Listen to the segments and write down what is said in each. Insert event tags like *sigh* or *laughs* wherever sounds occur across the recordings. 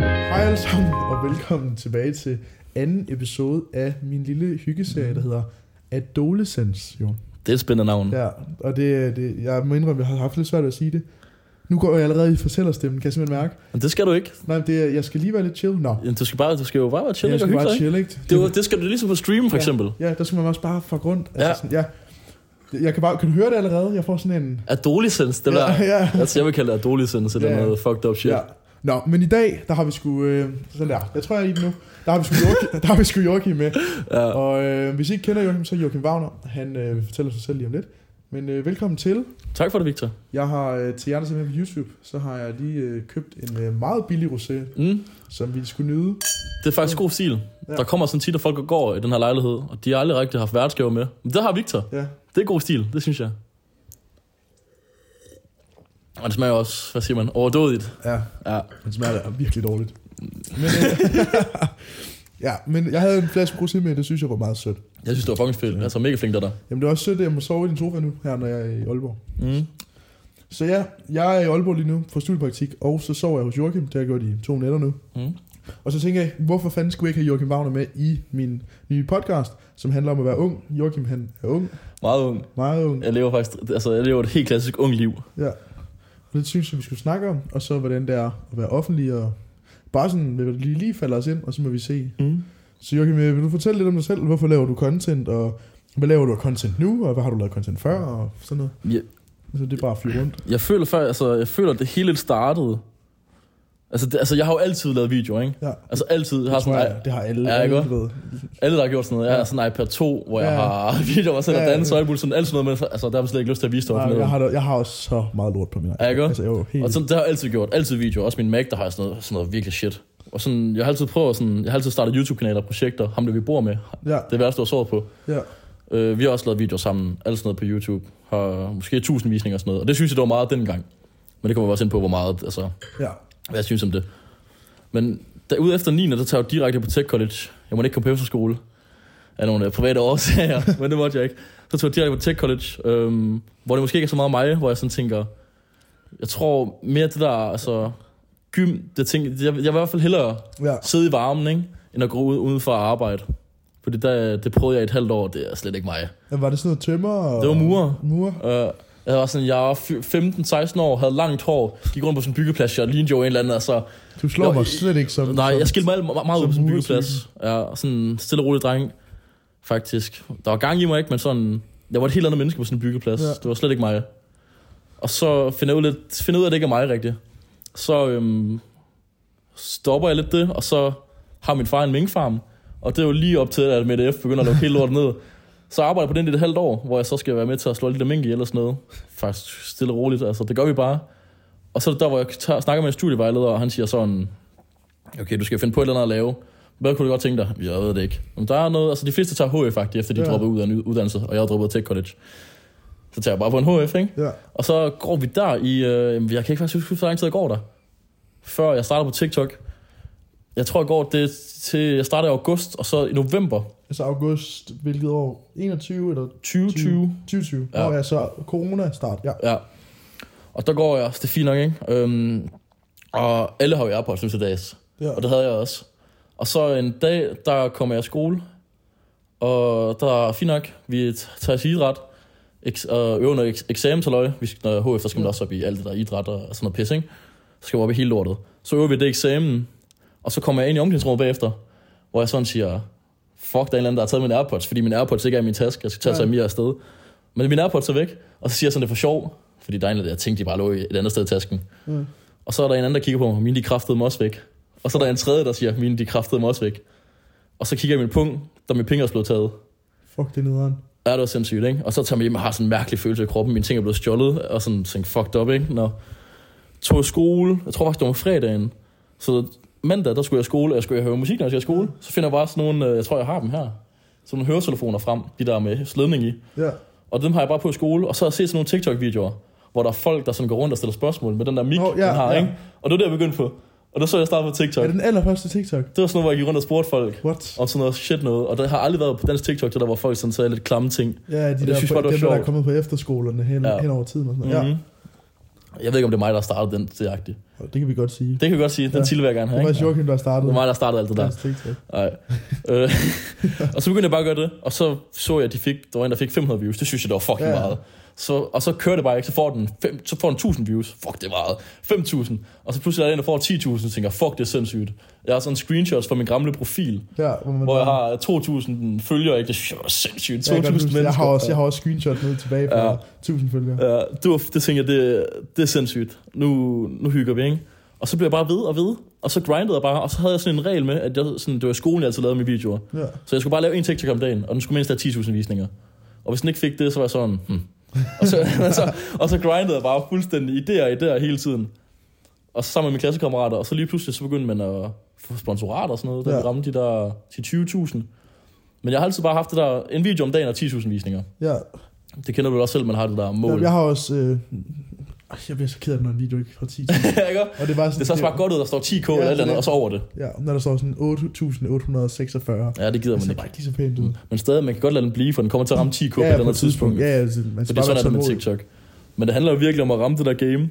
Hej alle sammen, og velkommen tilbage til anden episode af min lille hyggeserie, Mhm. der hedder Adolescence, jo. Det er et spændende navn. Ja. Ja, og det, det, jeg må indrømme, at jeg har haft lidt svært ved at sige det. Nu går jeg allerede i fortællerstemmen, kan jeg simpelthen mærke. Men det skal du ikke. Nej, men det, er- jeg skal lige være lidt chill. Nå, Du skal, bare, du skal jo bare være chill jeg og skal hygge bare dig. ikke? chill, ikke? Det, er jo- det skal du ligesom på stream, for eksempel. Ja, der skal man også bare fuck rundt. Altså, Ja. Sådan, ja. Jeg kan, bare, kan du høre det allerede? Jeg får sådan en... Adolescence, det der. ja, ja. Altså, jeg vil kalde det adolescence, eller Ja. noget fucked up shit. Ja. Nå, men i dag, der har vi sgu... Øh, sådan der. Jeg tror, jeg er i den nu. Der har vi sgu *laughs* Joachim, der har vi sgu Joachim med. Ja. Og øh, hvis I ikke kender Joachim, så er Joachim Wagner. Han øh, vil fortælle sig selv lige om lidt. Men øh, velkommen til. Tak for det, Victor. Jeg har øh, til jer, der ser med på YouTube, så har jeg lige øh, købt en øh, meget billig rosé, Mm. som vi skulle nyde. Det er faktisk god stil. Ja. Der kommer sådan tit, at folk går i den her lejlighed, og de har aldrig rigtig haft værtsgaver med. Men det har Victor. Ja. Det er god stil, det synes jeg. Og det smager også, hvad siger man, overdådigt. Ja, Ja. den smager da virkelig dårligt. Men, øh, *laughs* ja, men jeg havde en flaske rosé med, det synes jeg var meget sødt. Jeg synes, det var fucking fedt. Altså, mega flink der der. Jamen det er også sødt, at jeg må sove i din sofa nu, her når jeg er i Aalborg. Mm. Så ja, jeg er i Aalborg lige nu på studiepraktik, og så sover jeg hos Joachim, det har jeg gjort i to nætter nu. Mm. Og så tænker jeg, hvorfor fanden skulle jeg ikke have Joachim Wagner med i min nye podcast, som handler om at være ung. Joachim han er ung, Meget ung. meget ung. Jeg lever faktisk, altså, jeg lever et helt klassisk ung liv. Ja. Og det synes jeg, vi skulle snakke om, og så hvordan det er at være offentlig, og bare sådan, hvad der lige, lige falder os ind, og så må vi se. Mm. Så Joachim, øh, vil du fortælle lidt om dig selv? Hvorfor laver du content, og hvad laver du af content nu, og hvad har du lavet content før, og sådan noget? Ja. Altså det er bare at flyve rundt. Jeg føler før, altså, jeg føler, at det hele lidt startede. Altså, det, altså, jeg har jo altid lavet videoer, ikke? Ja. Altså altid. Jeg har Det, tror sådan, jeg, det har alle, Ja, alle ikke også? ved. alle, der har gjort sådan noget. Jeg har sådan en iPad 2, hvor jeg Ja. har *laughs* videoer, hvor jeg selv Ja, har ja. danset og alt muligt sådan, alt sådan noget. Men altså, der har jeg slet ikke lyst til at vise dig, hvad for Nej, noget. jeg, har, da- jeg har også så meget lort på min Ja, ikke også? Altså, jeg er jo helt... Og sådan, det har jeg altid gjort. Altid videoer. Også min Mac, der har jeg sådan noget, sådan noget virkelig shit. Og sådan, jeg har altid prøvet sådan, jeg har altid startet YouTube-kanaler og projekter. Ham, det vi bor med. ja, Det er værste, du har såret på. ja. Øh, vi har også lavet videoer sammen, alt sådan noget på YouTube. Har måske tusind visninger og sådan noget. Og det synes jeg, det var meget dengang. Men det kommer vi også ind på, hvor meget, altså, Ja, hvad jeg synes om det. Men derude efter 9. der tager jeg jo direkte på Tech College. Jeg måtte ikke komme på efterskole af nogle øh, private årsager, *laughs* men det måtte jeg ikke. Så tog jeg direkte på Tech College, øhm, hvor det måske ikke er så meget mig, hvor jeg sådan tænker, jeg tror mere det der, altså, gym, det ting, jeg, jeg vil i hvert fald hellere ja. sidde i varmen, ikke, end at gå ud, ud for at arbejde. Fordi der, det prøvede jeg i et halvt år, det er slet ikke mig. Men Var det sådan noget tømmer? Og... Det var murer. Murer? Øh, jeg var sådan, jeg var fy- 15-16 år, havde langt hår, gik rundt på sådan en byggeplads, jeg lignede jo en eller anden, altså, Du slår Jo, mig i- slet ikke som... Nej, som... jeg skilte mig alt- meget, meget ud som på sådan en murertypen. byggeplads. Ja, sådan en stille og rolig dreng, faktisk. Der var gang i mig ikke, men sådan... Jeg var et helt andet menneske på sådan en byggeplads. Ja. Ja. Det var slet ikke mig. Og så finder jeg ud, lidt, finder jeg ud af, at det ikke er mig rigtigt. Så øhm, stopper jeg lidt det, og så har min far en minkfarm. Og det er jo lige op til, at Mette F. begynder at lukke helt lort ned. Så arbejder jeg på den i et halvt år, hvor jeg så skal være med til at slå lidt af mink ihjel og sådan noget. Faktisk stille og roligt, altså det gør vi bare. Og så er det der, hvor jeg tager, snakker med en studievejleder, og han siger sådan, okay, du skal finde på et eller andet at lave. Hvad kunne du godt tænke dig? Jeg ved det ikke. Men der er noget, altså de fleste tager HF faktisk, efter de Ja. ja. dropper ud af en uddannelse, og jeg har droppet Tech College. Så tager jeg bare på en HF, ikke? Ja, Og så går vi der i, øh, jamen, jeg kan ikke faktisk huske, hvor lang tid jeg går der. Før jeg starter på TikTok. Jeg tror, jeg går det til, jeg starter i august, og så i november altså august, hvilket år? 21 eller 2020, 2020? Ja. Ja. Nå ja, så corona-start, ja. Ja. Og der går jeg, det er fint nok, ikke? Øhm, og alle har jo AirPods nu til dags. Ja. Og det havde jeg også. Og så en dag, der kommer jeg i skole, og der er fint nok, vi tager til idræt, eks- og øver noget ek- eksamensaløje. Vi skal, når HF, der skal man også op i alt det der idræt og sådan noget pis, ikke? Så skal vi op i hele lortet. Så øver vi det eksamen, og så kommer jeg ind i omklædningsrummet bagefter, hvor jeg sådan siger, fuck, der er en eller anden, der har taget mine AirPods, fordi mine AirPods ikke er i min taske, jeg skal tage Ja. ja. til Amir afsted. Men mine AirPods er væk, og så siger jeg sådan, det er for sjov, fordi der er en, eller anden, jeg tænkte, de bare lå i et andet sted i tasken. Mm. Og så er der en anden, der kigger på mig, mine de kraftede mig også væk. Og så er der en tredje, der siger, mine de kraftede mig også væk. Og så kigger jeg i min pung, der min penge også blev taget. Fuck, det er nederen. Ja, det var sindssygt, ikke? Og så tager man hjem og har sådan en mærkelig følelse i kroppen. Mine ting er blevet stjålet, og sådan tænkte, fucked up, ikke? Nå. Tog i skole, jeg tror faktisk, det var om fredagen. Så mandag, der skulle jeg i skole, og jeg skulle høre musik, når jeg skal i skole. Så finder jeg bare sådan nogle, øh, jeg tror, jeg har dem her. Sådan nogle høretelefoner frem, de der med sledning i. Ja. Og dem har jeg bare på i skole, og så har jeg set sådan nogle TikTok-videoer, hvor der er folk, der sådan går rundt og stiller spørgsmål med den der mic, Nå, oh, ja, ja, den har, ja. ja. ikke? Og det var det, jeg begyndte på. Og der så jeg startede på TikTok. Er Det det den allerførste TikTok? var sådan noget, hvor jeg gik rundt og spurgte folk What? om sådan noget shit noget. Og der har aldrig været på dansk TikTok, det der, hvor folk sådan sagde lidt klamme ting. Ja, de det der, synes jeg bare, det var dem, der er sjovt. kommet på efterskolerne hen, ja. Ja. hen over tiden og sådan noget. Mm-hmm. Ja. Jeg ved ikke, om det er mig, der har startet den til agtigt. Og Det kan vi godt sige. Det kan vi godt sige. Den Ja. ja. til vil jeg gerne Det have. var Ikke? Joachim, der Det startede. var mig, der startede alt det der. Deres TikTok. Nej. Øh, og så begyndte jeg bare at gøre det, og så så jeg, at de fik, der var en, der fik 500 views. Det synes jeg, det var fucking Ja. ja. meget. Så, og så kører det bare ikke, så får den, fem, så får den 1000 views. Fuck, det er meget. 5000. Og så pludselig er der en, der får 10.000, og tænker, fuck, det er sindssygt. Jeg har sådan screenshots fra min gamle profil, Ja, hvor man hvor jeg har 2000 følgere, ikke? Det synes jeg var sindssygt. jeg, 2.000 kan godt huske mennesker. det. jeg, har også, jeg har også screenshot ned tilbage fra Ja. 1000 følgere. Ja, det, var, det tænkte jeg, det, det er sindssygt. Nu, nu hygger vi, ikke? Og så blev jeg bare ved og ved, og så grindede jeg bare, og så havde jeg sådan en regel med, at jeg, sådan, det var i skolen, jeg altid lavede mine videoer. Ja. Så jeg skulle bare lave en TikTok om dagen, og den skulle mindst have 10.000 visninger. Og hvis den ikke fik det, så var jeg sådan, hmm. og, så, *laughs* og, så, og så grindede jeg bare fuldstændig idéer og idéer hele tiden. Og så sammen med mine klassekammerater, og så lige pludselig så begyndte man at få sponsorater og sådan noget, der Ja. ja. ramte de der til 20.000. Men jeg har altid bare haft det der, en video om dagen og 10.000 visninger. ja. Det kender du vel også selv, man har det der mål. Jamen, jeg har også... Øh... Ej, Jeg bliver så ked af, når en video ikke får 10. *laughs* *laughs* Ja, ikke? Og det er bare sådan, Det så bare godt ud, der står 10k Ja, eller et eller det- andet, og så over det. Ja, når der står sådan 8846. Ja, Det det gider man ser ikke. Altså, bare ikke lige så pænt ud. Men stadig, man kan godt lade den blive, for den kommer til at ramme 10k på et eller andet tidspunkt. Ja, ja, altså, man For skal det er bare sådan, være at det med tålmodig. TikTok. Men det handler jo virkelig om at ramme det der game.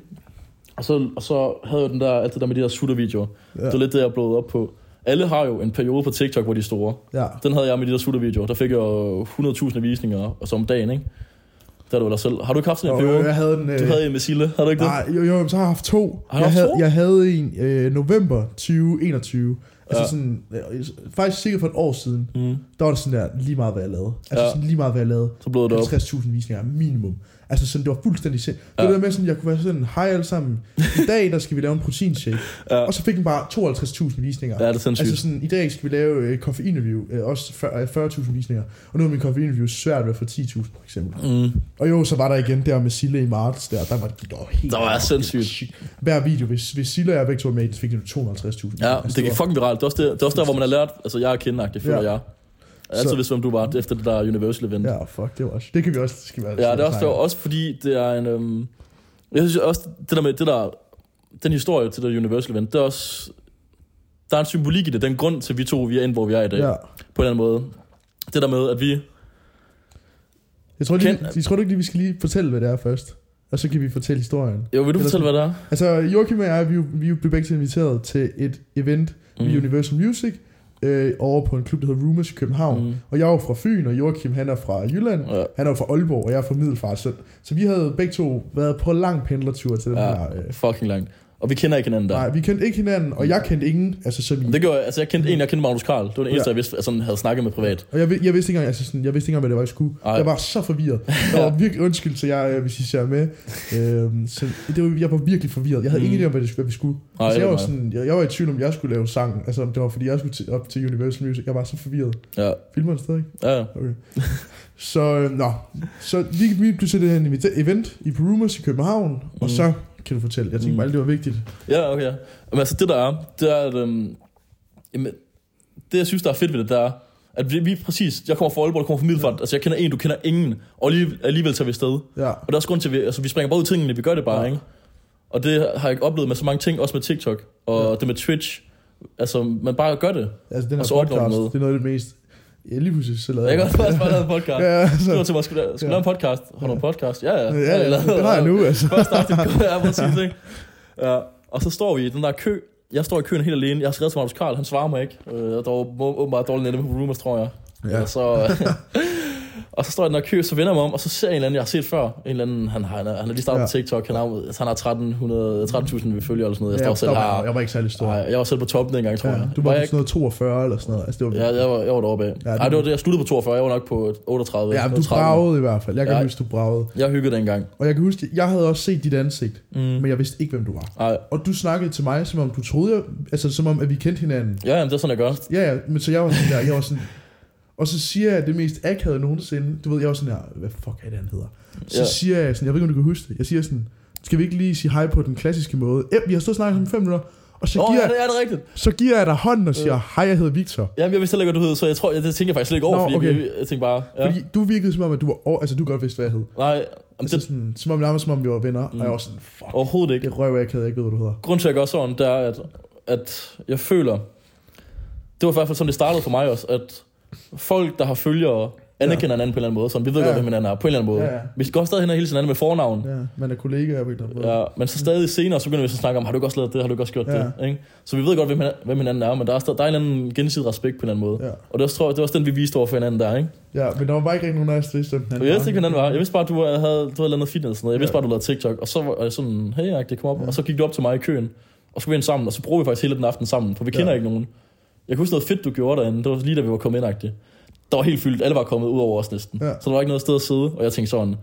Og så, og så havde jeg den der, alt det der med de der sutter-videoer. Ja. Det var lidt det, jeg blev op på. Alle har jo en periode på TikTok, hvor de er store. Ja, Den havde jeg med de der sutter-videoer. Der fik jeg jo 100.000 visninger, og så om dagen, ikke? Der er du vel dig selv. Har du ikke haft sådan en og periode? jeg havde en... Du øh, havde en med Sille, havde du ikke det? Nej, jo, jo, så har jeg haft to. Har du jeg, haft havde, to? jeg havde en øh, november 2021. Altså Ja. sådan, øh, faktisk sikkert for et år siden, Mm. der var det sådan der, lige meget hvad jeg lavede. Altså Ja. sådan lige meget hvad jeg lavede. Så blev det op. 50.000 visninger minimum. Altså sådan, det var fuldstændig sind. Ja. Ja. Det der med sådan, jeg kunne være sådan, hej alle sammen, *laughs* i dag der skal vi lave en proteinshake. Ja. Og så fik den bare 52.000 visninger. Ja, det er sindssygt. Altså sådan, i dag skal vi lave et koffeinreview, øh, også fyr- øh, 40.000 visninger. Og nu er min koffeinreview svært ved at få 10.000 for eksempel. Mm. Og jo, så var der igen der med Sille i marts, der, der var det der var helt... Der var jeg sindssygt. Hver video, hvis, hvis Sille og jeg begge to var med, i det, så fik de 250.000. Ja, Altså, det gik var- fucking viralt. Det er også, det, det er også der, hvor man er lært. Altså, jeg er kendagtig, føler Ja. ja. jeg. Jeg har altid Så- vidst, hvem du var, efter det der Universal event. Ja, Ja, fuck, det var også... Det kan vi også... Skal vi ja det er også, det snakke var om. også fordi, det er en... Øhm, jeg synes også, det der med det der... Den historie til det der Universal event, det er også... Der er en symbolik i det. Den grund til, at vi to vi er inde, hvor vi er i dag. Ja. Ja. På en eller anden måde. Det der med, at vi... Jeg tror, lige, Kend- jeg tror ikke lige, vi skal lige fortælle, hvad det er først. Og så kan vi fortælle historien. Jo, vil du Eller fortælle, hvad det er? Altså, Joachim og jeg, vi, er jo- vi er jo blev begge til inviteret til et event mm. ved Mm. Universal Music, øh, over på en klub, der hedder Rumors i København. Mm. Mm. Og jeg er jo fra Fyn, og Joachim, han er fra Jylland. Ja. Han er jo fra Aalborg, og jeg er fra Middelfart. Så, så vi havde begge to været på lang pendlertur til den ja. her... ja, Øh, fucking langt. Og vi kender ikke hinanden der. nej, vi kendte ikke hinanden, og jeg kendte ingen. Altså, så vi, Det gjorde jeg, altså jeg kendte en, jeg kendte Magnus Karl. Det var den eneste, Ja. ja. jeg vidste, jeg sådan havde snakket med privat. Og jeg, vid- jeg vidste ikke engang, altså sådan, jeg vidste ikke engang, hvad det var, jeg skulle. Ej. Ej. Jeg var så forvirret. Jeg var virkelig undskyld til jer, øh, hvis I ser med. Øhm, så det var, jeg var virkelig forvirret. Jeg havde mm. Mm. ingen idé om, hvad, det, hvad vi skulle. Nej, Ej, så det jeg, er var mig. sådan, jeg, jeg var i tvivl om, jeg skulle lave sangen. Altså om det var, fordi jeg skulle til, op til Universal Music. Jeg var så forvirret. Ja, Filmer det stadig? ja. ja. Okay. så, øh, nå. Så vi, vi blev til det her invita- event i Rumors i København. Mm. Og Mm. så kan du fortælle. Jeg tænkte Mm. bare, det var vigtigt. Ja, okay. Men altså det der er, det er, at, øhm, jamen, det jeg synes, der er fedt ved det, der er, at vi, vi præcis, jeg kommer fra Aalborg, du kommer fra Middelfart, ja. altså jeg kender en, du kender ingen, og alligevel, alligevel tager vi afsted. Og Ja. der er også grund til, at vi, altså, vi springer bare ud i tingene, vi gør det bare, Ja. ja. ikke? Og det har jeg oplevet med så mange ting, også med TikTok, og Ja. ja. det med Twitch. Altså, man bare gør det. Altså den her Og så ordner du podcast, noget. det er noget af det mest... Ja, lige pludselig så lavede Jeg kan også faktisk bare lave en Ja, podcast. Ja. altså. Skriver til mig, skal du skal du lave en podcast? Har du en podcast? Ja, ja. Ja, ja, lavet- den har jeg nu, *laughs* altså. Første aften, ja, præcis, ikke? Ja, og så står vi i den der kø. Jeg står i køen helt alene. Jeg har skrevet til Magnus Karl, han svarer mig ikke. Øh, der var må- åbenbart dårligt netop på rumors, tror jeg. Ja. Og, så, *laughs* og så står jeg i den der kø, så vender jeg mig om, og så ser jeg en eller anden, jeg har set før. En eller anden, han, har, han, er, han er lige startet Ja. ja. på TikTok. Han har, altså, han har 1300 13.000 følgere eller sådan noget. Jeg Ja, står selv der var, her. jeg var ikke særlig stor. Nej, jeg var selv på toppen dengang, tror Ja, jeg. du var, var jeg sådan noget 42 eller sådan noget. Altså, det var, Ja, jeg var, jeg var deroppe af. Ja, Ja, det- Ej, det var det, jeg sluttede på 42. Jeg var nok på 38. ja men du 30. bragede i hvert fald. Jeg kan Ja. huske, du bragede. Jeg hyggede dengang. Og jeg kan huske, jeg havde også set dit ansigt, Mm. men jeg vidste ikke, hvem du var. Ej, Og du snakkede til mig, som om du troede, jeg, altså som om, at vi kendte hinanden. ja, jamen, det er sådan, jeg gør. Ja, ja, men så jeg var sådan der, jeg var sådan... Og så siger jeg det mest akavede nogensinde. Du ved, jeg var sådan der, hvad fuck er det, han hedder? Så Ja. siger jeg sådan, jeg ved ikke, om du kan huske det. Jeg siger sådan, skal vi ikke lige sige hej på den klassiske måde? Ja, vi har stået og snakket om fem minutter. Og så Åh, oh, giver, ja, det er det rigtigt. så giver jeg dig hånden og siger, hej, jeg hedder Victor. Jamen, jeg vidste heller ikke, hvad du hed, så jeg tror, jeg, det tænker jeg faktisk slet ikke over, Nå, Nå, fordi okay. okay. jeg, jeg tænkte bare... Ja. Ja. Fordi... Fordi du virkede som om, at du var over, altså du godt vidste, hvad jeg hed. Nej, jamen, Altså det, sådan, som om nærmest som om vi var venner, mm. og jeg var sådan, fuck, overhovedet ikke. det røv, jeg kan ikke ved, hvad du hedder. Grunden til, at jeg gør sådan, det er, at, at jeg føler... Det var i hvert fald sådan, det startede for mig også, at folk, der har følgere, anerkender ja. hinanden på en eller anden måde. Sådan, vi ved ja. Ja. godt, hvem hinanden er på en eller anden måde. Ja, ja. Vi går stadig hen og hilser hinanden med fornavn. Ja, man er kollegaer på en eller anden måde. Ja, men så stadig senere, så begynder vi så at snakke om, har du ikke også lavet det, har du ikke også gjort Ja. det? Ikke? Så vi ved godt, hvem, hinanden- hvem hinanden er, men der er, stadig, der er en eller anden gensidig respekt på en eller anden måde. Ja. Og det er, også, tror jeg, det er også den, vi viste over for hinanden der, ikke? ja, men der var bare ikke rigtig nogen af os, der vidste, hvem Jeg vidste ikke, hvordan det var. Jeg vidste bare, at du havde, du havde lavet noget fitness og sådan noget. Jeg vidste Ja. bare, at du lavede TikTok. Og så var jeg sådan, hey, det kom op. Ja. Og så gik du op til mig i køen. Og så skulle vi ind sammen. Og så bruger vi faktisk hele den aften sammen, for vi kender Ja. ikke nogen. Jeg kunne huske noget fedt, du gjorde derinde. Det var lige da vi var kommet ind, agtigt. Der var helt fyldt. Alle var kommet ud over os næsten. Ja. Så der var ikke noget sted at sidde. Og jeg tænkte sådan,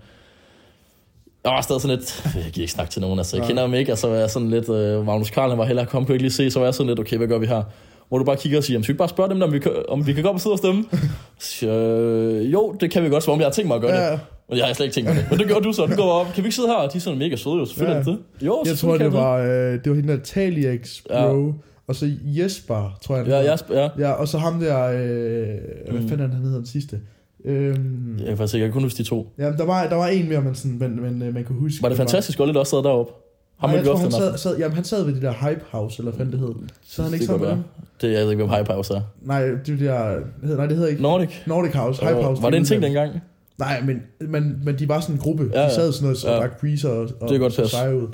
jeg var stadig sådan lidt, jeg gider ikke snakke til nogen, altså jeg Nej. kender ham ikke, og så var jeg sådan lidt, øh, Magnus Karl han var heller kom, kunne jeg ikke lige se, så var jeg sådan lidt, okay, hvad gør vi her? Hvor du bare kigger og siger, "Jamen, skal vi ikke bare spørge dem, der, om vi, kan, om vi kan gå op og sidde og stemme? Så, siger jeg, øh, jo, det kan vi godt, som om jeg har tænkt mig at gøre det. Ja, Men jeg har slet ikke tænkt mig det. Men det gjorde du så. Du går op. Kan vi ikke sidde her? Og de er sådan mega søde jo. Selvfølgelig ja. Ja. det. Jo, jeg selvfølgelig tror, kan det vi var, øh, det var hende der Taliex, Ja. bro. Og så Jesper, tror jeg. han Ja, hedder. jeg, sp- ja. ja, og så ham der, øh, hvad Mm. fanden er det, han hedder den sidste? Øhm, Jeg kan faktisk ikke. Jeg kan kun huske de to. ja, der var, der var en mere, man, sådan, man, man, øh, man kunne huske. Var det fantastisk godt lidt også sad deroppe? Ham Ham Nej, mødte jeg vi tror, også han den sad, aften. sad, jamen, han sad ved det der Hype House, eller hvad fanden det hed. Så han ikke Det kan sammen med godt dem? Det jeg ved ikke, hvem Hype House er. Nej, det der, hed- nej, det hedder ikke. *laughs* Nordic. Nordic House, Hype Øh, House. var det en ting er- dengang? Nej, men, men, men de var sådan en gruppe. Ja, Ja, ja. de sad sådan noget, så Ja. ja. Dark Breeze og, og Det er godt så pas. *laughs* seje ud.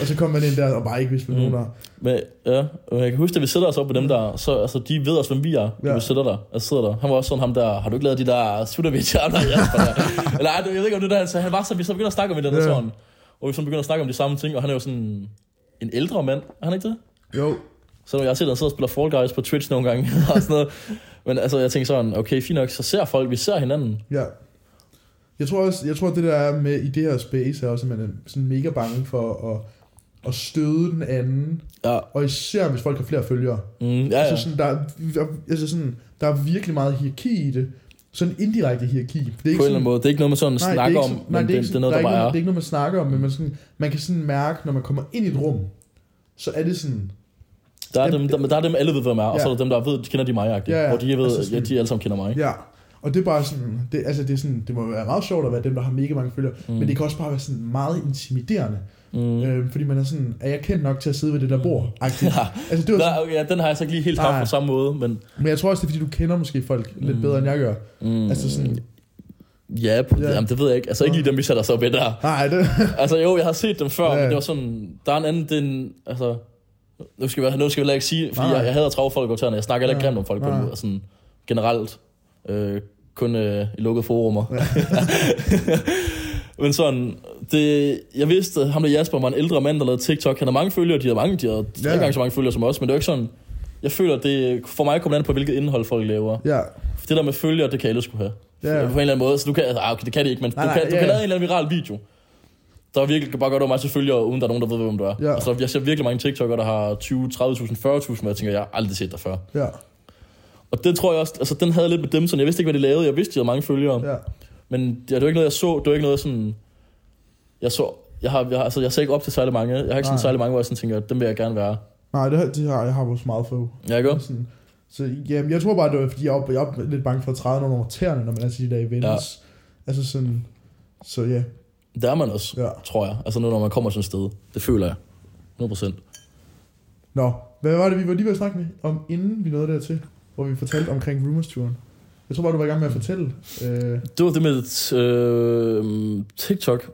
Og så kom man ind der og bare ikke vidste, hvad Mm. nogen er. Men, ja, og jeg kan huske, at vi sætter os op på dem der, så altså, de ved også, hvem vi er, ja. Ja. vi sidder der. Altså, sidder der. Han var også sådan ham der, har du ikke lavet de der *laughs* suttervideoer? der, Jasper, der? Eller ej, jeg ved ikke, om det der, altså, han var så, vi så begynder at snakke om et eller andet Ja. sådan. Og vi så begynder at snakke om de samme ting, og han er jo sådan en ældre mand, er han ikke det? Jo. Så jeg har set, at han sidder og spiller Fall Guys på Twitch nogle gange *laughs* og sådan noget. Men altså, jeg tænker sådan, okay, fint nok, så ser folk, vi ser hinanden. Ja. Jeg tror også, jeg tror, det der er med i det her space er også, at man er sådan mega bange for at, at støde den anden. Ja, Og især, hvis folk har flere følgere. mm, ja, Ja, ja. ja. Altså, sådan, der, er, altså sådan, der er virkelig meget hierarki i det. Sådan indirekte hierarki. Det er på en eller anden måde. Det er ikke noget, man sådan det er snakker ikke om, sådan- men det, ikke det, er sådan- noget, der, ikke bare noget- er. Det er ikke noget, man snakker om, men man, sådan, man kan sådan mærke, når man kommer ind i et rum, så er det sådan, Der er det- dem, der, men der er dem, alle ved, hvem er, og Ja. så er der dem, der ved, kender de mig, Ja, ja, ja. og de ved, Altså sådan- ja, de alle sammen kender mig. ja. Og det er bare sådan, det, altså det, er sådan, det må være meget sjovt at være dem, der har mega mange følgere, mm. men det kan også bare være sådan meget intimiderende, Mm. mm. øh, fordi man er sådan, er jeg kendt nok til at sidde ved det der bord? Agtigt. *laughs* Ja. Altså, det var Der, sådan, okay, ja, den har jeg så ikke lige helt haft Nej. på samme måde, men men jeg tror også, det er fordi, du kender måske folk lidt bedre, end jeg gør. mm, Altså sådan, ja, p- Ja. Jamen, det ved jeg ikke. Altså ikke lige dem, vi sætter så ved der. nej, det, *laughs* *laughs* Altså jo, jeg har set dem før, ja. Ja. men det var sådan, der er en anden, den, altså, nu skal, jeg, nu skal jeg heller ikke sige, fordi Nej. jeg, jeg hader travle folk og jeg snakker heller ikke Ja. grimt om folk på en Nej. måde, og sådan generelt, øh, kun øh, i lukkede forumer. *laughs* men sådan, det, jeg vidste, at ham der Jasper var en ældre mand, der lavede TikTok, han har mange følgere, de har mange, de har tre Ja. gange så mange følgere som os, men det er jo ikke sådan, jeg føler, det for mig kommer det an på, hvilket indhold folk laver. ja. For det der med følgere, det kan alle skulle have. Ja. Ja. På en eller anden måde. Så du kan, altså, ah, okay, det kan det ikke, men nej, Nej, du, kan, nej, du ja, kan ja. lave en eller anden viral video. Der er virkelig bare godt over mig til følgere, uden der er nogen, der ved, hvem du er. Ja. Altså, jeg ser virkelig mange TikTok'ere, der har 20, 30.000, 40.000, hvor jeg tænker, jeg har aldrig set dig før. Ja, Og det tror jeg også, altså den havde jeg lidt med dem, sådan jeg vidste ikke, hvad de lavede. Jeg vidste, de havde mange følgere. Ja. ja, Men det, det var ikke noget, jeg så. Det var ikke noget, sådan... Jeg så... Jeg har, jeg, har, altså, jeg ser ikke op til særlig mange. Jeg har ikke sådan Nej. særlig mange, hvor jeg sådan tænker, dem vil jeg gerne være. nej, det, det har jeg har også meget få. Ja, ikke? også? Sådan, så jamen, jeg tror bare, det var, fordi jeg var, jeg var lidt bange for at træde nogle over tæerne, når man er til de der events. Ja. Altså sådan, så ja, Der er man også, ja. tror jeg. Altså nu, når man kommer til et sted. Det føler jeg. 100%. Nå, hvad var det, vi var lige ved at snakke med om, inden vi nåede dertil, hvor vi fortalte omkring Rumors-turen? Jeg tror bare, du var i gang med at fortælle. Øh, Det var det med øh, TikTok. Et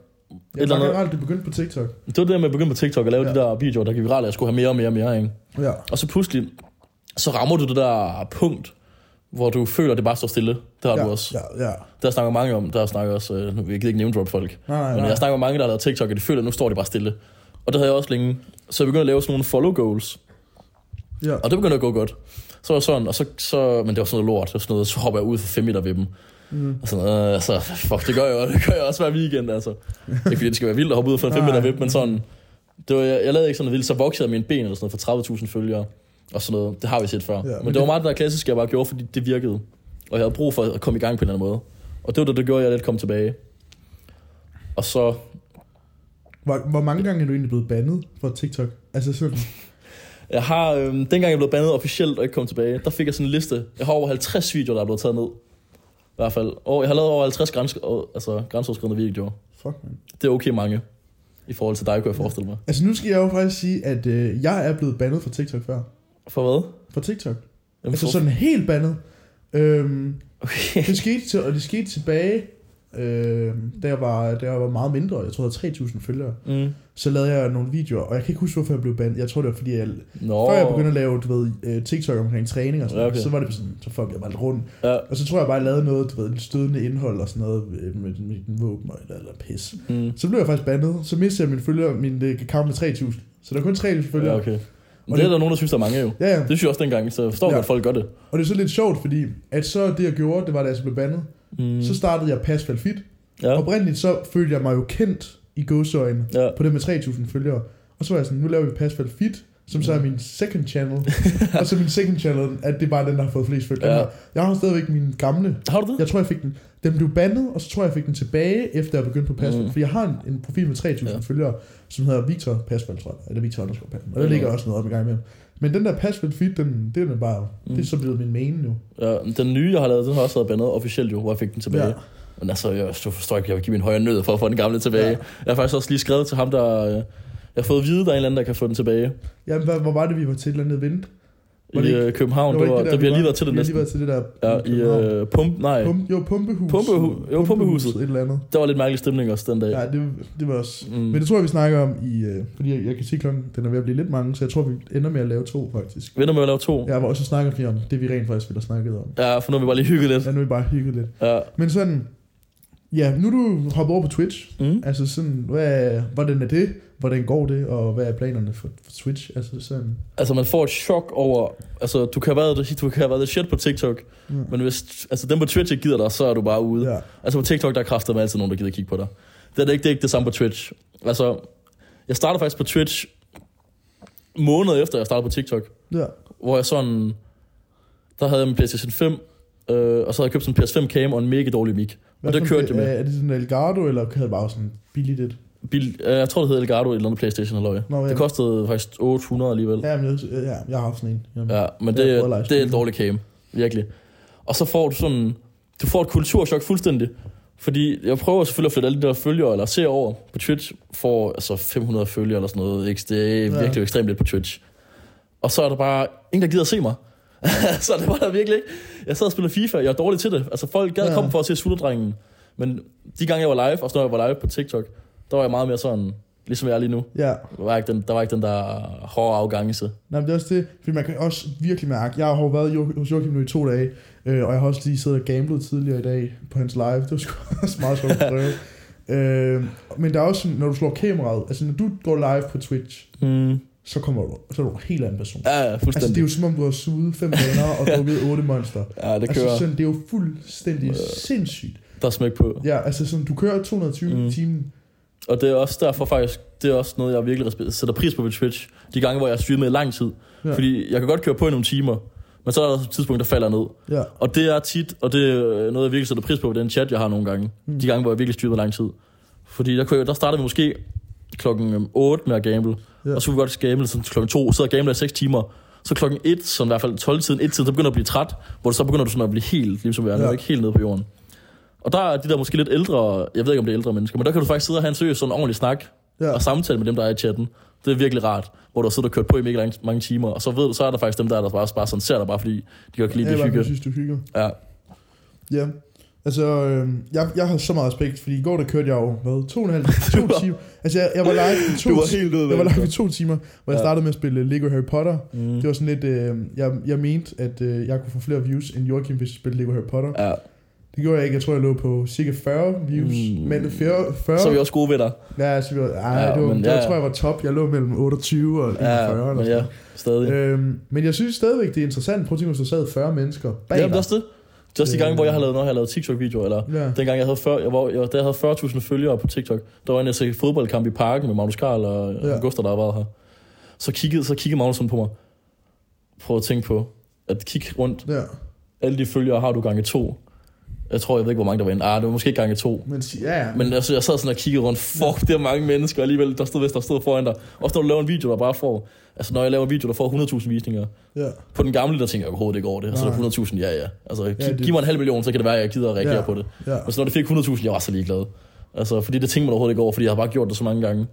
jeg eller tror andet. generelt, du begyndte på TikTok. Det var det der med at begynde på TikTok og lave ja. Ja. de der videoer, der gik viralt, og jeg skulle have mere og mere og mere, ikke? Ja, Og så pludselig, så rammer du det der punkt, hvor du føler, at det bare står stille. Det har ja, du også. Ja. ja, ja. Der snakker mange om, der snakker også, øh, nu- jeg gider ikke nævne drop folk, Nej, nej, men nej. jeg snakker om mange, der har lavet TikTok, og de føler, at nu står det bare stille. Og det havde jeg også længe. Så jeg begyndte at lave sådan nogle follow goals, Ja, og det begyndte at gå godt. Så var jeg sådan, og så, så, men det var sådan noget lort, det var sådan noget, så hopper jeg ud for 5 meter ved dem. mm, Og sådan, øh, altså, fuck, det gør jeg, jo- det gør jeg også hver weekend, altså. Ikke fordi det skal være vildt at hoppe ud for en 5 meter Nej. vip, men sådan, det var, jeg, jeg lavede ikke sådan noget vildt, så voksede mine ben eller sådan noget for 30.000 følgere, og sådan noget, det har vi set før. Ja, men, men men det, det det- var meget det der klassiske, jeg bare gjorde, fordi det virkede, og jeg havde brug for at komme i gang på en eller anden måde. Og det var det, der gjorde, at jeg lidt kom tilbage. Og så, hvor, hvor mange gange er du egentlig blevet bandet fra TikTok? Altså sådan, jeg har, øh, dengang jeg blev bandet officielt og ikke kom tilbage, der fik jeg sådan en liste. Jeg har over 50 videoer, der er blevet taget ned. I hvert fald. Og jeg har lavet over 50 græns, og- altså, grænseoverskridende videoer. fuck man. Det er okay mange. I forhold til dig, kunne jeg forestille mig. Altså nu skal jeg jo faktisk sige, at øh, jeg er blevet bandet fra TikTok før. For hvad? Fra TikTok. Jamen, Altså sådan helt bandet. Øhm, Okay. det skete, til, og det skete tilbage, øhm, da, jeg var, da jeg var meget mindre. Jeg tror, jeg havde 3.000 følgere. *laughs* Mm. Så lavede jeg nogle videoer, og jeg kan ikke huske, hvorfor jeg blev bandt. Jeg tror, det var, fordi jeg Nå. Før jeg begyndte at lave, du ved, øh, TikTok omkring træning og sådan Ja, okay. okay. noget, så var det sådan, så fuck, jeg var lidt rundt. Ja. Og så tror jeg bare, jeg lavede noget, du ved, lidt stødende indhold og sådan noget øh, med, med den våben og eller, eller pis. Mm. Så blev jeg faktisk bandet, så mistede jeg min følger, min øh, account med 3.000. Så der er kun 3.000 følgere. Ja, Ja, okay. okay. Men Og det er det- der nogen, der synes, der er mange jo. ja, ja, Det synes jeg også dengang, så jeg forstår Ja. ja. godt, at folk gør det. og det er så lidt sjovt, fordi at så det jeg gjorde, det var da jeg så blev bandet, Mm. mm. så startede jeg Pas Vel Fit. ja. Ja. Oprindeligt så følte jeg mig jo kendt i godsøjen *laughs* Ja. *laughs* på det med 3.000 følgere. Og så var jeg sådan, nu laver vi Pas Vel Fit, som Mm. så er min second channel. og så min second channel, at det er bare den, der har fået flest følgere. Ja. Ja. Jeg har stadigvæk min gamle. Har du det? Jeg tror, jeg fik den. Den blev bandet, og så tror jeg, jeg fik den tilbage, efter jeg begyndte på Pasfald. Mm. Mm. Fordi jeg har en, en profil med 3.000 Ja. ja. følgere, som hedder Victor Pasfald, tror jeg. Eller Victor underscore Pasfald. Og der Mm. ligger også noget op i gang imellem. Men den der Pasfald feed, den, den er bare, Mm. mm. det er så blevet min main nu. Ja, den nye, jeg har lavet, den har også været bandet officielt jo, hvor jeg fik den tilbage. Ja. Ja. Men altså, jeg så forstår ikke, jeg vil give min højre nød for at få den gamle tilbage. Ja. Ja. Jeg har faktisk også lige skrevet til ham, der... øh, Jeg har fået at vide, der er en eller anden, der kan få den tilbage Ja, hvad, hvor var det, vi var til et eller andet event? Var i det øh, København. Det var, der, der bliver lige været til det vi har næsten. lige været til det der Ja, i København. øh, pump, nej, pump. Pum, jo, pumpehus. Pumpehu- jo, pumpehuset. Et eller andet. der var lidt mærkelig stemning også den dag. Ja, det, det var også... Mm. Men det tror jeg, vi snakker om i... Øh, fordi jeg, jeg kan sige, klokken den er ved at blive lidt mange, så jeg tror, vi ender med at lave to, faktisk. Venter med at lave to. Ja. Jeg var også snakket lige om det, vi rent faktisk ville have snakket om. ja, for nu har vi bare lige hygget lidt. Ja, nu er vi bare hygget lidt. Ja. Men sådan... Ja, nu er du hoppet over på Twitch. Mm. Altså sådan, hvad, hvordan er det? Hvordan går det? Og hvad er planerne for, for Twitch? Altså sådan... Altså, man får et chok over... Altså, du kan have været, du kan have været lidt shit på TikTok, Mm. men hvis altså, dem på Twitch ikke gider dig, så er du bare ude. Ja. Altså på TikTok, der er kræfter med altid nogen, der gider kigge på dig. Det er det ikke det, er ikke det samme på Twitch. Altså, jeg startede faktisk på Twitch måneder efter, jeg startede på TikTok. ja. Hvor jeg sådan... Der havde jeg min PlayStation 5, øh, og så havde jeg købt sådan en PS5 cam og en mega dårlig mic. Hvad det for en- kørte jeg med. Er, er det sådan en Elgato, eller havde bare sådan billigt et? Bil, øh, jeg tror, det hed Elgato et eller andet PlayStation, eller hvad. Nå, ja. Det kostede faktisk 800 alligevel. Ja, men jeg, øh, ja, jeg har haft sådan en. Jamen. Ja, men Det er det, både live det er en streaming. dårlig cam, virkelig. Og så får du sådan, du får et kulturschok fuldstændig. Fordi jeg prøver selvfølgelig at flytte alle de der følgere, eller ser over på Twitch, får altså 500 følgere eller sådan noget. Ikke? Det er virkelig Ja. ekstremt lidt på Twitch. Og så er der bare ingen, der gider at se mig. *laughs* så det var der virkelig ikke. Jeg sad og spillede FIFA, jeg er dårlig til det. Altså folk gad Ja. komme for at se sutterdrengen. Men de gange jeg var live, og så når jeg var live på TikTok, der var jeg meget mere sådan, ligesom jeg er lige nu. ja. Der var ikke den der, var ikke den der hårde afgangse. Nej, men det er også det, fordi man kan også virkelig mærke, jeg har jo været jo- hos Joachim nu i to dage, øh, og jeg har også lige siddet og gamblet tidligere i dag på hans live, det var sgu *laughs* også meget sjovt at prøve. øh, men der er også, sådan, når du slår kameraet, altså når du går live på Twitch, Mm. så kommer du, så er du en helt anden person. Ja, ja, fuldstændig. Altså det er jo som om du har suget fem baner *laughs* og drukket otte monster. Ja, det kører. Altså Altså, sådan, det er jo fuldstændig Øh. sindssygt. der er smæk på. Ja, altså sådan, du kører 220 Mm. mm. timen. Og det er også derfor faktisk, det er også noget, jeg virkelig respe- sætter pris på på Twitch. De gange, hvor jeg har streamet i lang tid. Ja. Ja. Fordi jeg kan godt køre på i nogle timer, men så er der også et tidspunkt, der falder ned. Ja, Og det er tit, og det er noget, jeg virkelig sætter pris på ved den chat, jeg har nogle gange. Mm. Mm. De gange, hvor jeg virkelig streamer i lang tid. Fordi der, kunne, jeg- der startede vi måske klokken øhm, 8 med at gamble. Ja. Ja. Og så kunne vi godt gamble sådan til klokken 2, så og gamble i 6 timer. Så klokken 1, som i hvert fald 12 tiden, 1 tiden, så begynder du at blive træt, hvor du så begynder du sådan at blive helt, ligesom jeg er nu, Ja. ikke helt nede på jorden. Og der er de der måske lidt ældre, jeg ved ikke om det er ældre mennesker, men der kan du faktisk sidde og have en seriøs sådan ordentlig snak ja. og samtale med dem, der er i chatten. Det er virkelig rart, hvor du har siddet og kørt på i mega lang, mange timer, og så ved du, så er der faktisk dem, der, er der bare, bare sådan ser dig bare, fordi de godt kan lide Ja, i det hvert fald, hygge. jeg synes, du hygger. Ja. Ja, altså, øh, jeg, jeg har så meget respekt, fordi i går der kørte jeg jo, hvad, to og en *laughs* halv, to var- timer. Altså, jeg, jeg var live i *laughs* to, helt ude jeg var live i to timer, hvor jeg Ja. startede med at spille Lego Harry Potter. Mm. Det var sådan lidt, øh, jeg, jeg mente, at øh, jeg kunne få flere views end Joachim, hvis jeg spillede Lego Harry Potter. Ja. Det gjorde jeg ikke, jeg tror, jeg lå på cirka 40 views, Mm. mm. men 40, 40 Så er vi også gode ved dig. ja, så vi var, ej, Ja, ja, det var, men jeg ja. tror, jeg var top, jeg lå mellem 28 og 41 eller Ja, sådan men ja, stadig. Øhm, men jeg synes stadigvæk, det er interessant. Prøv at tænke, hvis der sad 40 mennesker bag Jamen, det er dig. også det. Det er også de gange, Øh. hvor jeg har lavet, når jeg har lavet TikTok-videoer, eller Ja. dengang jeg havde, 40, jeg var, jeg, da jeg havde 40.000 følgere på TikTok, der var en jeg sagde, fodboldkamp i parken med Magnus Karl og ja. Ja. Augusta, der har været her. Så kiggede, så kiggede Magnus sådan på mig. Prøv at tænke på, at kigge rundt. Ja. Alle de følgere har du gange to. Jeg tror, jeg ved ikke, hvor mange der var inde. Ah, det var måske ikke gange to. Men, sig- ja, ja. Men altså, jeg sad sådan og kiggede rundt, fuck, det er mange mennesker alligevel, der stod, hvis der stod foran dig. Også når du laver en video, der bare får, altså når jeg laver en video, der får 100.000 visninger, ja. på den gamle, der tænker jeg overhovedet ikke over det. Altså, Nej. 100.000, ja, ja. Altså, gi- det- giv mig en halv million, så kan det være, at jeg gider at reagere Ja. på det. Ja. Men så når det fik 100.000, jeg var så ligeglad. Altså, fordi det tænkte man overhovedet ikke over, fordi jeg har bare gjort det så mange gange.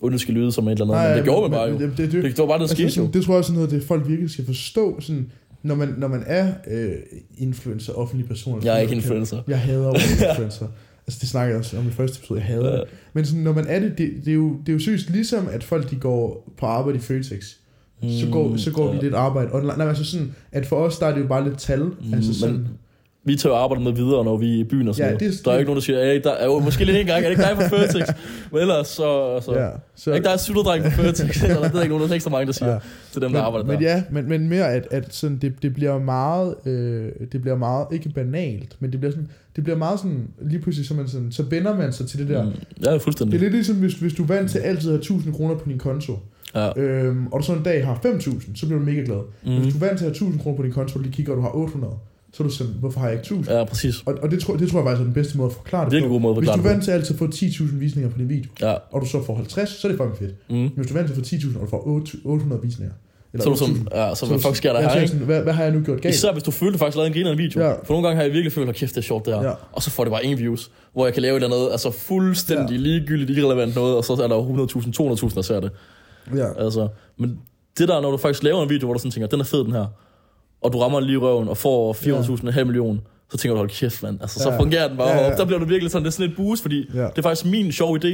Uden det skal lyde som et eller andet, men det gjorde man bare jo. Det, det, det, Det var bare noget altså, skidt jo. sådan, det tror jeg er sådan noget, det folk virkelig skal forstå. Sådan, når man, når man er øh, influencer, offentlig person... eller Jeg er sådan ikke noget, influencer. Jeg *laughs* hader over influencer. Altså, det snakker jeg også om i første episode, jeg hader det. Men sådan, når man er det, det, det, er jo, det er jo sygt, ligesom at folk, de går på arbejde i Føtex. Mm. Så Mm, går, så går vi lidt arbejde online. Nej, men altså sådan, at for os, der er det jo bare lidt tal. Mm, altså men- sådan, Vi tager jo arbejde med videre, når vi er i byen og sådan Ja, noget. det er- der er jo ikke nogen, der siger, hey, der er jo måske lige en gang, er det ikke dig fra Føtex? Men ellers så... så. ja, så Ikke der er suterdreng på *laughs* Føtex, eller det er ikke nogen, der er ikke så mange, der siger Ja. ja. til dem, der men, arbejder men der. ja, men, men mere at, at sådan, det, det bliver meget, øh, det bliver meget, ikke banalt, men det bliver, sådan, det bliver meget sådan, lige pludselig, så, man sådan, så vender man sig til det der. Mm. Mm, ja, fuldstændig. Det er lidt ligesom, hvis, hvis du er vant til altid at have 1000 kroner på din konto, ja. øhm, og du så en dag har 5000, så bliver du mega glad. Mm. Mm, Hvis du er vant til at have 1000 kroner på din konto, og du lige kigger, og du har 800, så er du sådan, hvorfor har jeg ikke 1000? Ja. ja, præcis. Og, og det, tror, det tror jeg faktisk er den bedste måde at forklare det Virkelig på. god måde at Hvis forklare du det. er vant til altid at få 10.000 visninger på din video, på. Ja. og du så får 50, så er det fucking fedt. Mm. Men hvis du er vant til at få 10.000, og du får 8- 800 visninger, Så er du som, 8.000, ja, så, hvad så- fuck sker der ja, så her, er jeg ikke? sådan, hvad, hvad har jeg nu gjort galt? Især hvis du følte, du faktisk lavede en griner en video. Ja. Ja. For nogle gange har jeg virkelig følt, at kæft, det er sjovt det her. Ja. Og så får det bare ingen views, hvor jeg kan lave et eller andet, altså fuldstændig ja. ligegyldigt, irrelevant noget, og så er der jo 100.000, 200.000, der ser det. Ja. Altså, men det der, når du faktisk laver en video, hvor du sådan tænker, den er fed den her, og du rammer lige i røven og får 400.000, en halv million, så tænker du, hold kæft, mand. Altså, så Ja. fungerer den bare. Ja, Ja, ja. ja. Der bliver du virkelig sådan, det er sådan lidt boost, fordi Ja. ja. det er faktisk min sjov idé.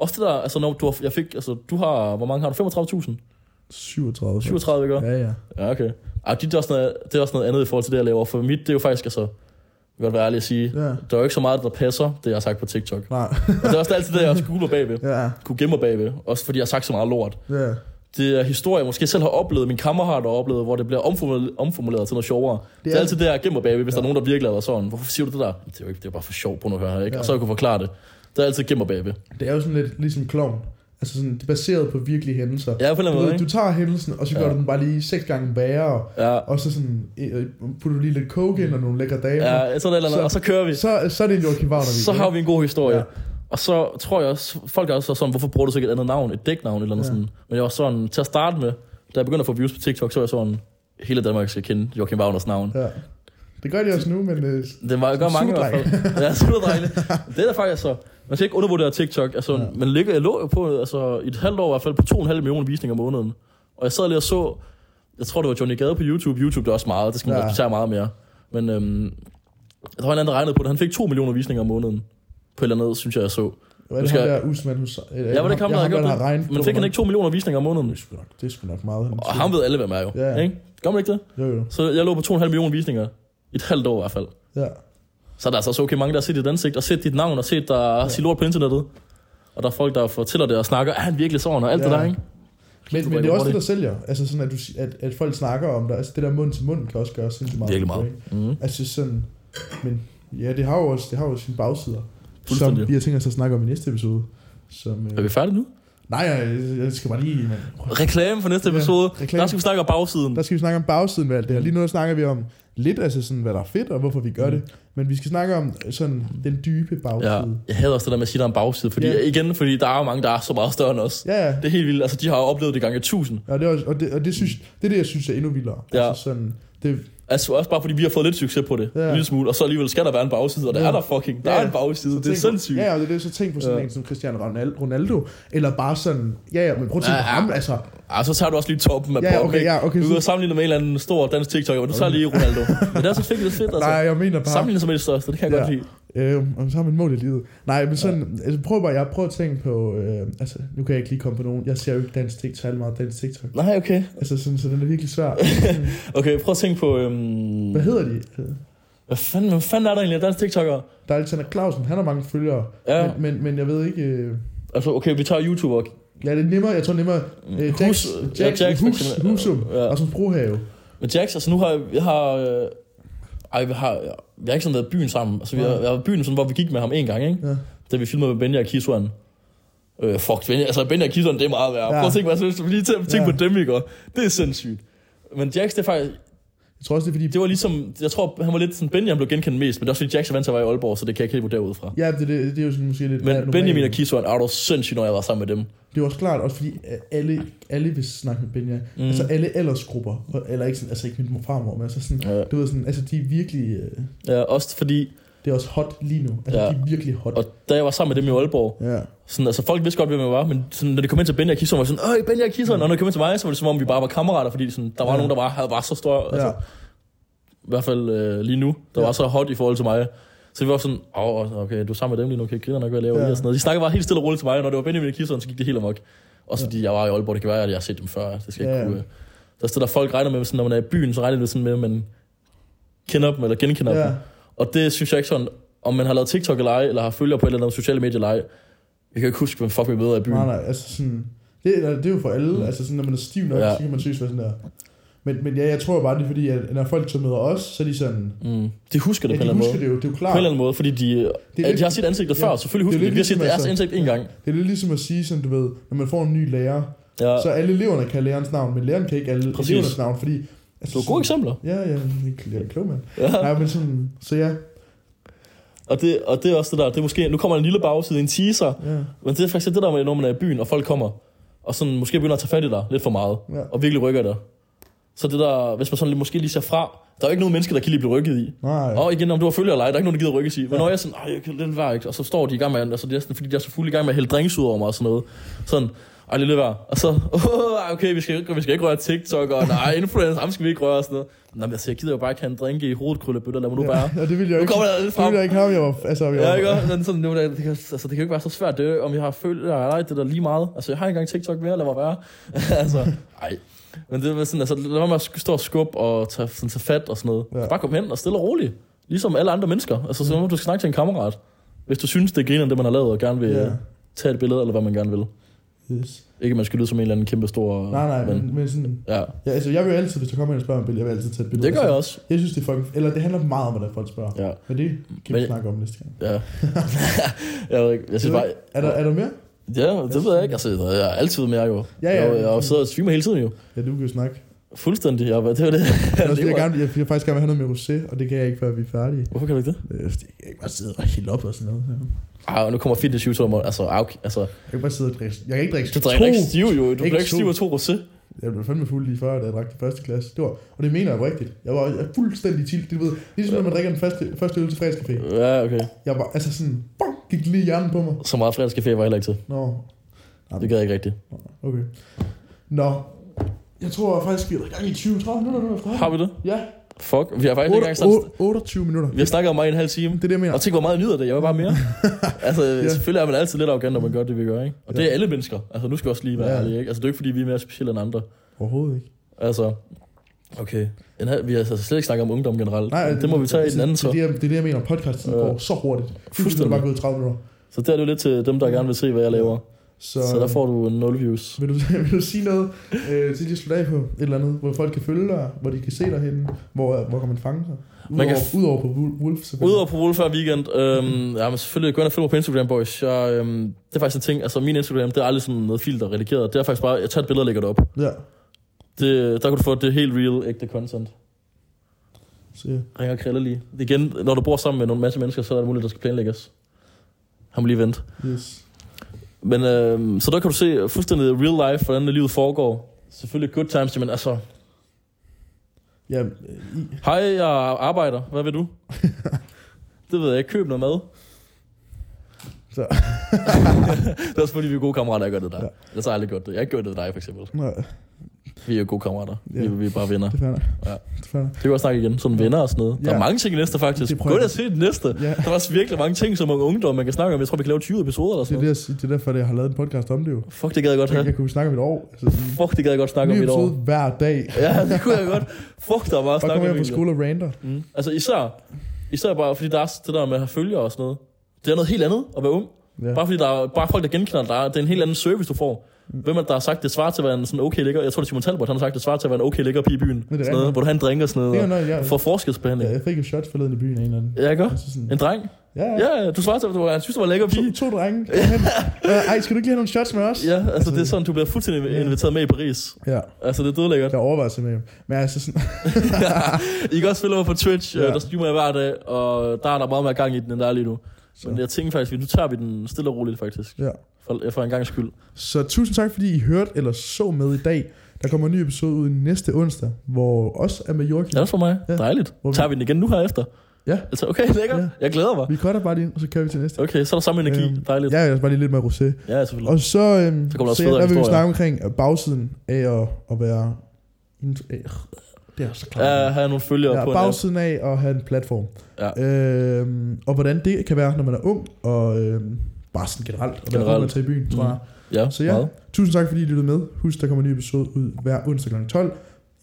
Også det der, altså når du har, jeg fik, altså du har, hvor mange har du? 35.000? 37. 37, ikke? Ja. Ja, ja. ja, okay. Ej, det er, også noget, det er også noget andet i forhold til det, jeg laver. For mit, det er jo faktisk, altså, jeg vil godt være ærlig at sige, Ja. der er jo ikke så meget, der passer, det jeg har sagt på TikTok. Nej. Og det er også altid det, jeg skuler bagved. ja. Kunne gemme mig bagved. Også fordi jeg har sagt så meget lort Ja. det er historier, jeg måske selv har oplevet, min kammerater har oplevet, hvor det bliver omformuleret, omformuleret til noget sjovere. Det er, det er altid det, jeg gemmer bag, hvis ja. der er nogen, der virkelig har været sådan. Hvorfor siger du det der? Det er jo ikke, det er bare for sjov, på nu høre her, ikke? Ja. Og så jeg kunne forklare det. Det er altid gemmer bag. Det er jo sådan lidt ligesom klovn. Altså sådan, det er baseret på virkelige hændelser. Ja, på en eller Du, anden måde, ved, ikke? du tager hændelsen, og så gør Ja. du den bare lige seks gange værre, Ja, og så sådan, øh, putter du lige lidt coke ind og nogle lækre damer. Ja. ja, sådan et eller andet. Så- Og så kører vi. Så, så er det en Joachim Wagner Så har vi en god historie. Ja. Ja. Og så tror jeg også, folk er også sådan, hvorfor bruger du så ikke et andet navn, et dæknavn eller noget Ja. ja. sådan. Men jeg var sådan, til at starte med, da jeg begyndte at få views på TikTok, så var jeg sådan, hele Danmark skal kende Joachim Wagners navn. Ja. Det gør de også nu, men øh, Det var gør mange i hvert fald. Ja, suterdrengene. Det er da faktisk så. Man skal ikke undervurdere TikTok. Altså, Ja. ja. man ligger, jeg lå jo på altså, i et halvt år i hvert fald på 2,5 millioner visninger om måneden. Og jeg sad lige og så, jeg tror det var Johnny Gade på YouTube. YouTube det er også meget, det skal man Ja. ja. respektere meget mere. Men øhm, der var en anden, der regnede på det. Han fik 2 millioner visninger om måneden. På et eller andet, synes jeg, jeg så. hvad er Du det skal- ham der Usman hos... Øh, Ja, var det ikke ham, der havde gjort det? Men fik han ikke 2 millioner visninger om Det måneden? er sgu nok, det er sgu nok meget. han Og siger. ham ved alle, hvem er jo. Ja. Ja. Ikke? Gør man ikke det? Jo, jo. Så jeg lå på 2,5 millioner visninger. I et halvt år i hvert fald. Ja. Så er der altså også okay mange, der har set dit ansigt, og set dit navn, og set der ja. sit lort på internettet. Og der er folk, der fortæller det og snakker, er han virkelig sådan, og alt ja. Ja. det der, ikke? Men, Du men det er drikker også det, der sælger. Altså sådan, at, du, si- at, at folk snakker om dig. Altså det der mund til mund kan også gøre sindssygt meget. Virkelig meget. Ikke? Mm. Altså sådan, men ja, det har jo også, det har jo sine bagsider. Som Fuldstændig. vi har tænkt os at snakke om i næste episode. Som, Er vi øh, færdige nu? nej, jeg, jeg skal bare lige... Men, Reklame for næste Ja, episode. reklame. der skal vi snakke om bagsiden. der skal vi snakke om bagsiden ved alt det her. Lige nu der snakker vi om lidt, altså sådan, hvad der er fedt, og hvorfor vi gør Mm. det. Men vi skal snakke om sådan den dybe Ja, bagside. jeg hader også det der med at sige, der er en bagside. Fordi, Ja. ja. Igen, fordi der er jo mange, der er så meget større end os. Ja. Ja, ja. Det er helt vildt. Altså, de har jo oplevet det gange tusind. Ja, det er, også, og, det, og det, synes, det er det, jeg synes er endnu vildere. Ja. Altså sådan, det, Altså, også bare fordi vi har fået lidt succes på det. Ja. Ja. En lille smule. Og så alligevel skal der være en bagside, og der Ja. ja. er der fucking. Der Ja. ja. er en bagside. Det er Tænk på- sindssygt. Ja, og det er det, så tænk på sådan ja. Ja. en som Cristiano Ronal- Ronaldo, eller bare sådan, ja, ja, men prøv at tænke ja, Ja, på ja. ham, altså. Ah, så tager du også lige toppen af Ja, poppen, okay, ikke? ja, okay, Du så- kan sammenligne med en eller anden stor dansk TikToker, men du tager lige *laughs* Ronaldo. Men det er så fedt, det er fedt, altså. Nej, jeg mener bare, Sammenlignet som det største, det kan jeg Ja. ja. godt lide. øh, om så har man et mål i livet. Nej, men sådan, ja. altså, prøv bare, jeg prøver at tænke på, øh, altså, nu kan jeg ikke lige komme på nogen, jeg ser jo ikke dansk TikTok, særlig meget dansk TikTok. Nej, okay. Altså, sådan, så den er virkelig *laughs* svær. Okay, prøv at tænke på... Øhm, Hvad hedder de? hvad, fanden, hvad fanden er der egentlig af dansk TikTokere? Der er Alexander Clausen, han har mange følgere, Ja, men, men, men jeg ved ikke, øh, altså okay, vi tager YouTuber. ja, det er nemmere, jeg tror nemmere, øh, Mm. Jax, Hus, Jax, ja, Jax, Jax, for Hus, eksempel. Husum, ja. Ja. og sådan Brohave. Men Jax, altså nu har jeg... jeg har, øh, ej, vi har, vi har ikke sådan været i byen sammen. Altså, vi har, Nej. vi har været i byen, sådan, hvor vi gik med ham en gang, ikke? Ja. Da vi filmede med Benja og Kiswan. Øh, fuck, Benja, altså Benja og Kiswan, det er meget værre. Ja. Ja. Prøv at tænke, hvad jeg synes, lige til at tænke Ja. ja. på dem, ikke? Og Det er sindssygt. Men Jax, det er faktisk... Jeg tror også, det er fordi, Det var ligesom... Jeg tror, han var lidt sådan... Benja blev genkendt mest, men det er også fordi Jax er vant til at være i Aalborg, så det kan jeg ikke helt vurdere ud fra. ja, det, det, det er jo sådan måske lidt... mere Men normalt. Benjamin og Kiswan er jo sindssygt, når jeg var sammen med dem. Det er også klart, også fordi øh, alle, alle vil snakke med Benja. Mm. Altså alle aldersgrupper, og- eller ikke, sådan, altså ikke min mor farmor, men altså sådan, Ja. du ved sådan, altså de er virkelig, øh, Ja, også fordi, det er også hot lige nu. Altså ja. Ja. de er virkelig hot. og da jeg var sammen med dem i Aalborg, Ja. sådan, altså folk vidste godt, hvem jeg var, men sådan, når de kom ind til Benja og Mm. Kisson, var de sådan, Øj, Benja og Kisson, og når de kom ind til mig, så var det som om, vi bare var kammerater, fordi sådan, der var Ja. ja. nogen, der bare havde var så stor, altså, Ja. ja. I hvert fald øh, lige nu, der Ja. ja. var så hot i forhold til mig. Så vi var sådan, åh, oh, okay, du er sammen med dem lige nu, okay, griner nok, hvad jeg laver Ja. ja. og sådan noget. De snakkede bare helt stille og roligt til mig, og når det var Benjamin og Kisson, så gik det helt amok. Også fordi jeg var i Aalborg, det kan være, at jeg har set dem før, det skal jeg Ja, ikke ja. kunne... øh. Der stiller folk regner med, sådan, når man er i byen, så regner det sådan med, at man kender dem, eller genkender Ja. dem. Og det synes jeg ikke sådan, om man har lavet TikTok eller ej, eller har følgere på et eller andet sociale medier eller ej. Jeg kan ikke huske, hvem fuck vi møder i byen. Nej, nej, altså sådan... Det, eller, det er jo for alle, Mm. altså sådan, når man er stiv nok, ja. Ja. så kan man synes, hvad sådan der. Men, men ja, jeg tror bare, det er fordi, at når folk så møder os, så er de sådan... Mm. De husker det Ja, på en de eller anden husker måde. det jo, det er jo På en eller klart. anden måde, fordi de, Det er at lidt- de har set ansigtet ja. før, selvfølgelig Det er husker lidt de. Vi har set ligesom, deres altså- ansigt en gang. Det er lidt ligesom at sige, sådan, du ved, når man får en ny lærer, Ja. så alle eleverne kan lærerens navn, men læreren kan ikke alle Præcis. Præcis. elevernes navn, fordi... Det var gode eksempler. Ja, ja, jeg er en klog mand. Ja. Nej, men sådan, så ja, Og, det, og det er også det der, det er måske, nu kommer en lille bagside, en teaser, ja, men det er faktisk det der med, når man er i byen, og folk kommer, og sådan måske begynder at tage fat i dig lidt for meget, ja. og virkelig rykker dig. Så det der, hvis man sådan lidt, måske lige ser fra, der er jo ikke nogen mennesker, der kan lige blive rykket i. Nej, Og igen, om du har følger eller ej, der er ikke nogen, der gider rykke sig. Men når jeg er sådan, "Ej, jeg kan den var ikke, og så står de i gang med, altså det er sådan, fordi de er så fulde i gang med at hælde drinks ud over mig og sådan noget. Sådan, ej, det er lidt værd. Og så, *laughs* åh, okay, vi skal, ikke- vi skal ikke røre TikTok, og nej, influencer, ham skal vi ikke røre og sådan noget. Nå, men altså, jeg gider jo bare ikke have en drink i hovedet, krøllebøtter, lad mig nu være. og det ville jeg Nu ikke, kommer der lidt det ville frem. jeg ikke have, jeg var, altså, jeg var, Ja, ikke? også? Men sådan, nu, det, det, kan, altså, det kan jo ikke være så svært, det, er jo, om jeg har følt eller ej, det er da lige meget. Altså, jeg har ikke engang TikTok mere, lad mig være. *laughs* altså, ej. Men det var sådan, altså, lad mig med at stå og skubbe og tage, sådan, tage fat og sådan noget. Ja. Ja. Bare kom hen og stille og roligt. Ligesom alle andre mennesker. Altså, så må du snakke til en kammerat. Hvis du synes, det er grineren, det man har lavet, og gerne vil Ja. ja. tage et billede, eller hvad man gerne vil. Yes. Ikke, at man skal lyde som en eller anden kæmpe stor... Nej, nej, men, men sådan, Ja, ja, altså, jeg vil jo altid, hvis der kommer en og spørger om et billede, jeg vil altid tage et billede. det gør jeg *laughs* også. Jeg synes, det er fucking... Eller det handler meget om, hvordan folk spørger. Ja. Ja, Men det kan vi Men- snakke om næste gang. ja. *laughs* jeg, ved ikke, jeg synes bare... Er der, er der mere? Ja, det ved jeg ikke. Altså, jeg er altid med jer jo. Ja, ja. Jeg, jeg sidder og streamer hele tiden jo. Ja, du kan jo snakke. Fuldstændig, ja, hvad- det var *laughs* det. Jeg, også, jeg, lever. gerne, jeg, jeg vil faktisk gerne vil have noget med rosé, og det kan jeg ikke, før vi er færdige. Hvorfor kan du ikke det? Øh, fordi Jeg kan ikke bare sidde og hælde op og sådan noget. Ej, nu kommer fitness YouTube om, altså, ah, okay, altså, Jeg kan ikke bare sidde og drikke... Jeg kan ikke drikke du drikker ikke to. stiv jo, du Ikke drikker ikke to. stiv af to rosé. Jeg blev fandme fuld lige før, da jeg drak det første klasse. Det var, og det mener jeg rigtigt. Jeg var jeg var fuldstændig til. Du ved, ligesom når man drikker den første, første øl til fredagscafé. Ja, okay. Jeg var altså sådan... Bang, gik lige hjernen på mig. Så meget fredagscafé var jeg heller ikke til. Nå, Det gad jeg ikke rigtigt. okay. Nå, jeg tror faktisk, vi er i gang i 20-30 minutter nu efter. Har vi det? Ja, Fuck, vi har faktisk ikke engang sådan... 8, 28 minutter. Vi har snakket om mig i en halv time. Det er det, jeg mener. Og tænk, hvor meget jeg nyder det. Jeg var bare *laughs* mere. altså, Ja. ja. selvfølgelig er man altid lidt arrogant, når man gør det, vi gør, ikke? Og det er alle mennesker. Altså, nu skal jeg også lige være Ja. ja. ærlig, ikke? Altså, det er jo ikke, fordi vi er mere specielle end andre. Overhovedet ikke. Altså, okay. En halv, vi har altså slet ikke snakket om ungdom generelt. Nej, det, det må vi tage i det, den anden det, så. det, er det, det er det, jeg mener. Podcasten Øh, går så hurtigt. Fuldstændig. fuldstændig. Det er bare gået 30 minutter. Så der er det jo lidt til dem, der gerne vil se, hvad jeg laver. Så, Så, så der får du 0 views. vil, du, *laughs* vil du sige noget øh, til de slutter af på et eller andet, hvor folk kan følge dig, hvor de kan se dig henne, hvor, hvor kan man fange dig? Udover, Man kan f- udover på Wol- Wolf, selvfølgelig. Udover på Wolf her weekend, øhm, ja, men selvfølgelig gå ind og følg mig på Instagram, boys. Jeg, øhm, det er faktisk en ting, altså min Instagram, det er aldrig sådan noget filter redigeret. Det er faktisk bare, jeg tager et billede og lægger det op. Ja, Det, der kan du få det helt real, ægte content. så ja. Ringer kriller lige. Igen, når du bor sammen med nogle masse mennesker, så er det muligt, der skal planlægges. Han må lige vente. Yes. Men øhm, så der kan du se fuldstændig real life, hvordan livet foregår. Selvfølgelig good times, men altså, Ja, øh, i, hej, jeg arbejder. Hvad vil *laughs* du? det ved jeg ikke. Køb noget mad. så. *laughs* Det er også fordi, vi er gode kammerater, jeg gør det der. Ja. Ja. Ellers har jeg aldrig gjort det. Jeg har ikke gjort det ved dig, for eksempel. Nå, Vi er jo gode kammerater. Ja. Ja. Vi, vi er bare venner. det er fair nok. Ja. Det er fair nok. Det kan vi også snakke igen. Sådan venner og sådan noget. Der Ja. er mange ting i næste, faktisk. Det Gå prøver ind jeg. og se det næste. Ja. Der er også virkelig mange ting, som unge ungdom, man kan snakke om. Jeg tror, vi kan lave 20 episoder Det er, eller sådan det, noget. jeg siger. det er derfor, jeg har lavet en podcast om det jo. Fuck, det gad jeg godt Jeg, have. jeg kunne snakke om et år. Altså, sådan, Fuck, det gad jeg godt snakke ny om i et år. episode hver dag. Ja, det kunne jeg godt. Fuck, der er meget Bare at kommer snakke om. jeg på egentlig. skole og rander. Mm. Altså især, især bare, fordi der er det der med at have følgere og sådan noget. Det er noget helt andet at være ung. Ja. Bare fordi der er bare folk, der genkender dig, det er en helt anden service, du får. Hvem er det, der har sagt, det svarer til at være en sådan okay ligger? Jeg tror, det er Simon Talbot, han har sagt, det svarer til at være en okay ligger i byen. er Sådan rigtigt. noget, hvor du har en drink og sådan Det er noget. noget, jeg, Og får ja, forskelsbehandling. jeg fik jo shots forleden i byen af en eller anden. Ja, jeg gør. Altså sådan, En dreng? ja, ja. Ja, ja, du svarer til, at du var, han synes, du var en lækker To, pige. to drenge. Kom *laughs* hen. Øh, Ej, skal du ikke lige have nogle shots med os? Ja, altså det er sådan, du bliver fuldstændig Ja. inviteret med i Paris. ja. Altså det er dødlækkert. Jeg overvejer simpelthen. Men altså sådan, I kan også følge mig på Twitch, Ja. ja. der streamer jeg hver dag, og der er der meget mere gang i den, end der er lige nu. Så. Men jeg tænker faktisk, at nu tager vi den stille og roligt faktisk. Ja. For, for en gang skyld. Så tusind tak, fordi I hørte eller så med i dag. Der kommer en ny episode ud næste onsdag, hvor også er med Er Joachim. det for mig? Ja. Ja. Dejligt. Hvor vi- Tager vi den igen nu her efter? Ja. Altså, okay, lækker. Ja. Ja. Jeg glæder mig. Vi cutter bare lige ind, og så kører vi til næste. Okay, så er der samme energi. Øhm, Øhm, Dejligt. Ja, Ja, ellers bare lige lidt mere rosé. ja selvfølgelig. Og så, øhm, Så kommer der også så ja, federe der vil vi historier. snakke omkring øh, bagsiden af at, at være... en- øh, Det er så klart. Ja, have nogle følgere ja, på en app. bagsiden af at have en platform. Ja. Øhm, og hvordan det kan være, når man er ung, og øhm, bare sådan generelt, og generelt. Generelt. når man tager i byen, tror Mm. jeg. Ja, Så ja, meget. tusind tak fordi I lyttede med. Husk, der kommer en ny episode ud hver onsdag kl. 12.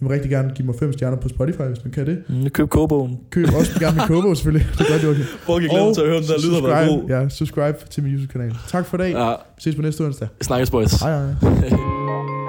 I må rigtig gerne give mig 5 stjerner på Spotify, hvis man kan det. Mm, køb kogebogen. Køb også gerne min kobo, selvfølgelig. Det gør det okay. Fuck, jeg glæder til at høre, om der lyder var god. Ja, subscribe til min YouTube-kanal. Tak for i dag. Ja, Vi ses på næste onsdag. snakkes boys. Hej hej. Hej.